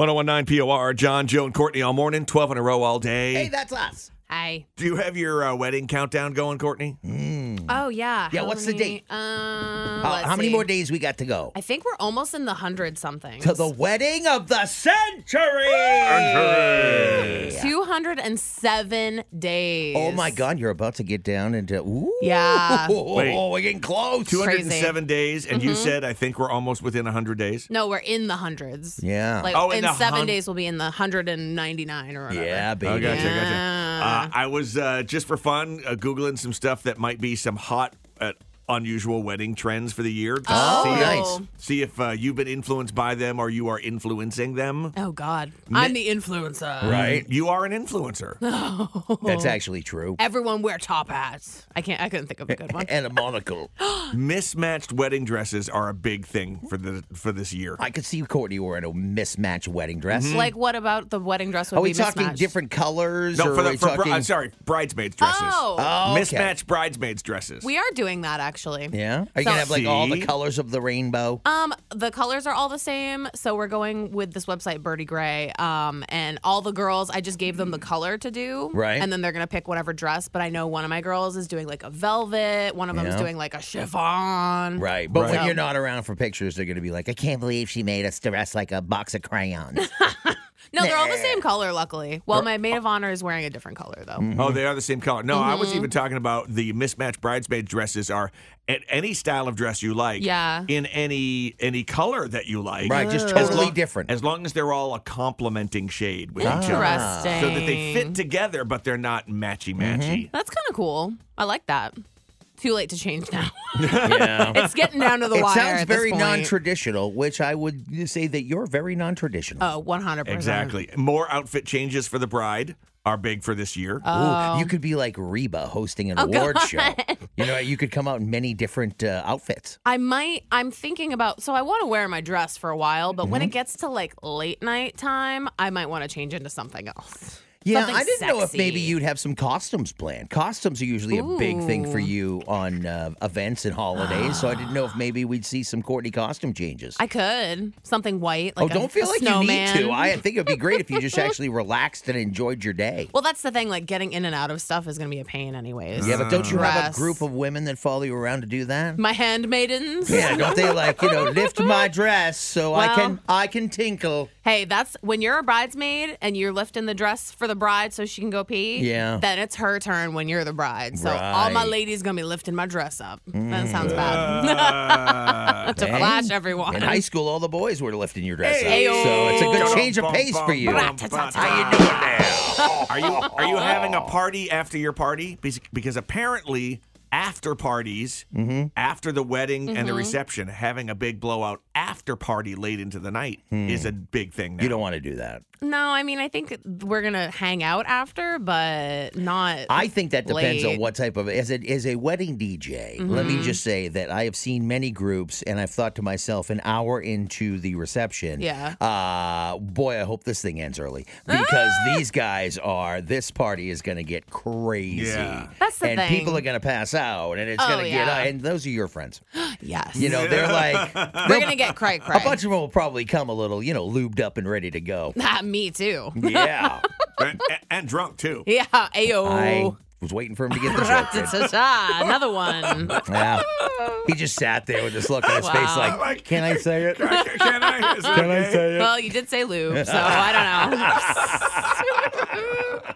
1019 POR, John, Joe, and Courtney all morning, 12 in a row all day. Hey, that's us. Hi. Do you have your uh, wedding countdown going, Courtney? Oh yeah. Mm. Yeah, How what's the many- date? Um, How- let's how many see. more days we got to go? I think we're almost in the hundred something. To the wedding of the century. Two hundred and seven days. Oh my God, you're about to get down into. Ooh. Yeah. Wait. we're getting close. 207 days, and Mm-hmm. you said, I think we're almost within 100 days. No, we're in the hundreds. Yeah. Like Oh, in in, the seven hun- days we'll be in the hundred and ninety nine or whatever. yeah, baby. Oh, gotcha, Yeah. gotcha. Uh, I was, uh, just for fun, uh, Googling some stuff that might be some hot, uh, unusual wedding trends for the year. to Uh. Oh, see, nice. see if uh, you've been influenced by them or you are influencing them. Oh God, I'm the influencer. Right? You are an influencer. That's actually true. Everyone wear top hats. I can't. I couldn't think of a good one. And a monocle. Mismatched wedding dresses are a big thing for the for this year. I could see Courtney wearing a mismatched wedding dress. Mm-hmm. Like, what about the wedding dress? Would Are we be talking mismatched? different colors? No, or for are the we for bri- talking- uh, sorry, bridesmaids dresses. Oh. Oh, okay. mismatched bridesmaids dresses. We are doing that actually. Yeah. Are you So- gonna have like all the See? colors of the rainbow? Um, the colors are all the same, so we're going with this website, Birdie Gray. Um, and all the girls, I just gave them the color to do, Right. And then they're gonna pick whatever dress. But I know one of my girls is doing like a velvet. One of them is Yeah. doing like a chiffon. Right. But Right. when you're not around for pictures, they're gonna be like, I can't believe she made us dress like a box of crayons. No, they're all the same color. Luckily, well, my maid of honor is wearing a different color though. Mm. Mm-hmm. Oh, they are the same color. No, I was Mm-hmm. even talking about the mismatched bridesmaid dresses are at any style of dress you like. Yeah. In any any color that you like. right, just As totally long- different. As long as they're all a complementing shade with each other. Interesting. So that they fit together, but they're not matchy Mm-hmm. matchy. That's kind of cool. I like that. Too late to change now. yeah. it's getting down to the It wire. sounds at this very point. non-traditional, which I would say that you're very non-traditional. Oh, 100 percent. Exactly. More outfit changes for the bride are big for this year. Oh, Ooh, you could be like Reba hosting an award show. You know, you could come out in many different uh, outfits. I might. I'm thinking about. So I want to wear my dress for a while, but Mm-hmm. when it gets to like late night time, I might want to change into something else. Yeah, Something I didn't know if maybe sexy. you'd have some costumes planned. Costumes are usually a big thing for you on uh, events and holidays, so I didn't know if maybe we'd see some Courtney costume changes. I could something white. oh, Like a- don't feel a like you snowman. need to. I think it would be great if you just actually relaxed and enjoyed your day. Well, that's the thing. Like getting in and out of stuff is gonna be a pain, anyways. Yeah, but don't you have a Dress. group of women that follow you around to do that? my handmaidens. Yeah, don't they like you know lift my dress so I Well- can I can tinkle? Hey, that's when you're a bridesmaid and you're lifting the dress for the bride so she can go pee. Yeah. Then it's her turn when you're the bride. So all my Right. Mm. ladies gonna be lifting my dress up. That sounds bad. Uh, to Dang. flash everyone. In high school, all the boys were lifting your dress Hey-o. up, so it's a good change of pace for you. How you doing now? Are you are you having a party after your party? Bes- Because apparently after parties, Mm-hmm. after the wedding and the reception, having a big blowout after party late into the night is a big thing. Now. Hmm. You don't want to do that. No, I mean, I think we're gonna hang out after, but not. I think that depends on Late. what type of as it is a wedding DJ. Let Mm-hmm. me just say that I have seen many groups, and I've thought to myself, an hour into the reception, Yeah. uh, boy, I hope this thing ends early because Ah! these guys are. This party is going to get crazy. Yeah. That's the and thing. people are going to pass out, and it's Oh, going to get. yeah. And those are your friends. yes, You know, they're like we're gonna get cray cray. a bunch of them will probably come a little, you know, lubed up and ready to go. Ah, me too. Yeah. and, and- and drunk too. Yeah, I ayo. was waiting for him to get the joke. in. Ra-ta-ta-ta, Another one. Yeah. He just sat there with this look on his face Wow. like, can I say it? Can I? Is it Can I okay? say it? Well, you did say lube, so I don't know.